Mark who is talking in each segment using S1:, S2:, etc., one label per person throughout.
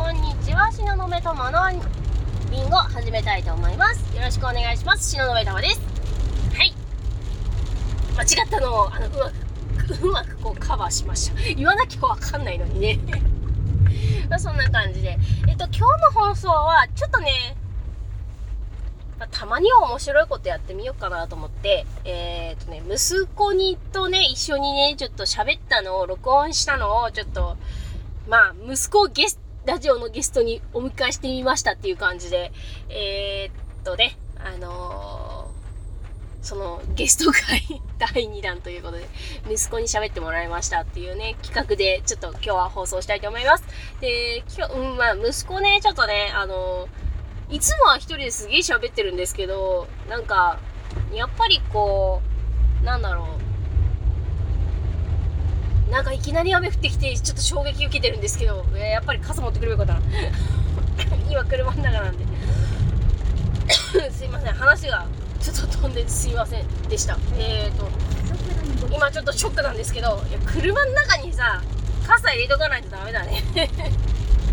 S1: は東雲友のビンゴ始めたいと思いますよろしくお願いします東雲友ですはい間違ったのをあのうまくうまくこうカバーしました言わなきゃわかんないのにね まあそんな感じでえっと今日の放送はちょっとねまあたまには面白いことやってみようかなと思って、えーっとね、息子にとね、一緒にね、ちょっと喋ったのを、録音したのを、ちょっと、まあ、息子をゲスラジオのゲストにお迎えしてみましたっていう感じで、えーっとね、あのーそのゲスト会 第2弾ということで、息子に喋ってもらいましたっていうね、企画で、ちょっと今日は放送したいと思います。で、今日、うん、まあ、息子ね、ちょっとね、あのーいつもは一人ですげえ喋ってるんですけど、なんか、やっぱりこう、なんだろう。なんかいきなり雨降ってきて、ちょっと衝撃受けてるんですけど、えーやっぱり傘持ってくればよかったな。 今車の中なんで。 すいません、話がちょっと飛んですいませんでした。えーと、今ちょっとショックなんですけど、いや車の中にさ、傘入れとかないとダメだね。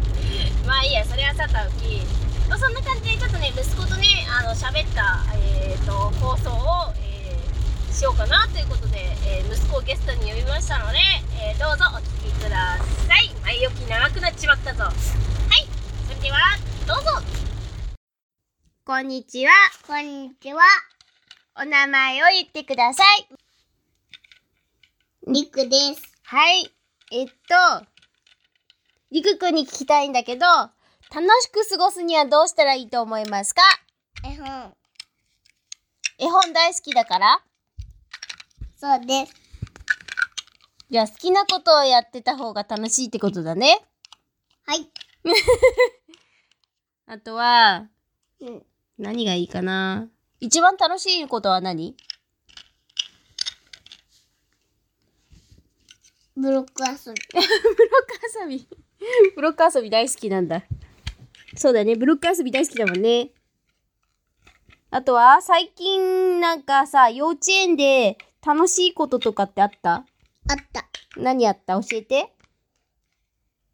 S1: まあいいや、それはさておき。まあ、そんな感じでちょっとね息子とねあの喋った、えー、と放送を、えーしようかなということで、えー息子をゲストに呼びましたので、えーどうぞお聞きください前置き長くなっちまったぞはいそれではどうぞ
S2: こんにちは。こんにちは。お名前を言ってください。りくです。はい。えっと、りくくんに聞きたいんだけど、楽しく過ごすにはどうしたらいいと思いますか
S3: 絵本。
S2: 絵本大好きだから
S3: そうです。
S2: じゃあ好きなことをやってた方が楽しいってことだね。
S3: はい。
S2: あとは、
S3: うん。
S2: 何がいいかな一番楽しいことは何
S3: ブロック遊び。
S2: ブロック遊び。ブロック遊び大好きなんだ。そうだね、ブロック遊び大好きだもんね。あとは、最近なんかさ、幼稚園で楽しいこととかってあった
S3: あった。
S2: 何あった教えて。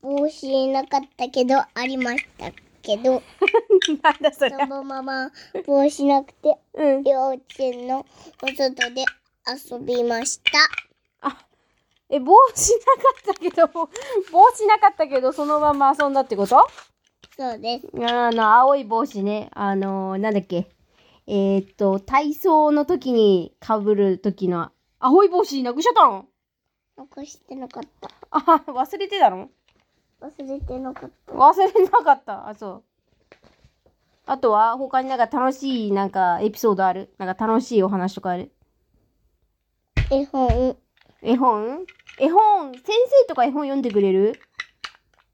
S3: 帽子なかったけど、ありましたけど、
S2: なんだそ
S3: そ。のまま帽子なくて、
S2: うん。
S3: 幼稚園のお外で遊びました。
S2: あ、え、帽子なかったけど、帽子なかったけど、そのまま遊んだってこと
S3: そうです。
S2: あの、青い帽子ね。あのーなんだっけ。えーっと、体操の時にかぶる時の青い帽子なくしちゃったの
S3: 残してなかった。
S2: あ、忘れてたの
S3: 忘れてなかった。
S2: 忘れなかった。あ、そう。あとは、他になんか楽しい、なんかエピソードあるなんか楽しいお話とかある
S3: 絵本、
S2: 絵本絵本先生とか絵本読んでくれる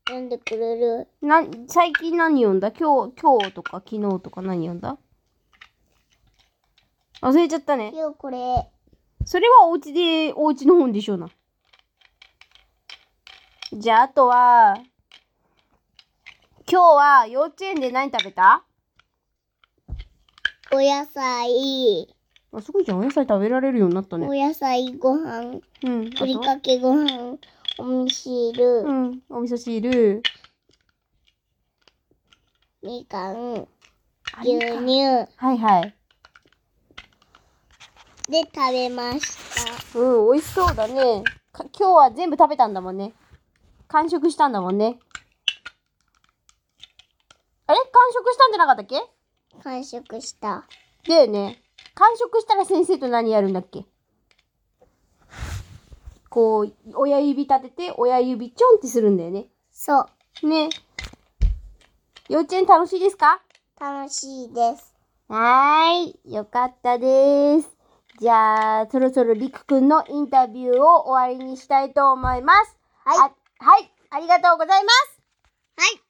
S3: 読んでくれる。
S2: なん最近何読んだ今日、今日とか昨日とか何読んだ忘れちゃったね。
S3: 今日これ、
S2: それはお家で、お家の本でしょうな。じゃあ、あとは、今日は幼稚園で何食べた
S3: お野菜、
S2: あ、すごいじゃん。お野菜食べられるようになった
S3: お
S2: ね。
S3: 野菜ご飯、
S2: うん。あと
S3: ふりかけご飯、お味汁
S2: う、ん。お味噌汁。
S3: みかん、
S2: あ
S3: 牛
S2: れか
S3: 乳
S2: はいはい。
S3: で食べました。
S2: うん、美味しそうだね。か今日は全部食べたんだもんね。完食したんだもんね。あれ完食したんじゃなかったっけ
S3: 完食した。
S2: だよね。完食したら先生と何やるんだっけこう、親指立てて、親指ちょんってするんだよね。
S3: そう。
S2: ね。幼稚園楽しいですか
S3: 楽しいです。
S2: はーい。よかったです。じゃあ、そろそろりくくんのインタビューを終わりにしたいと思います。。
S3: はい
S2: はい。ありがとうございます。
S3: はい。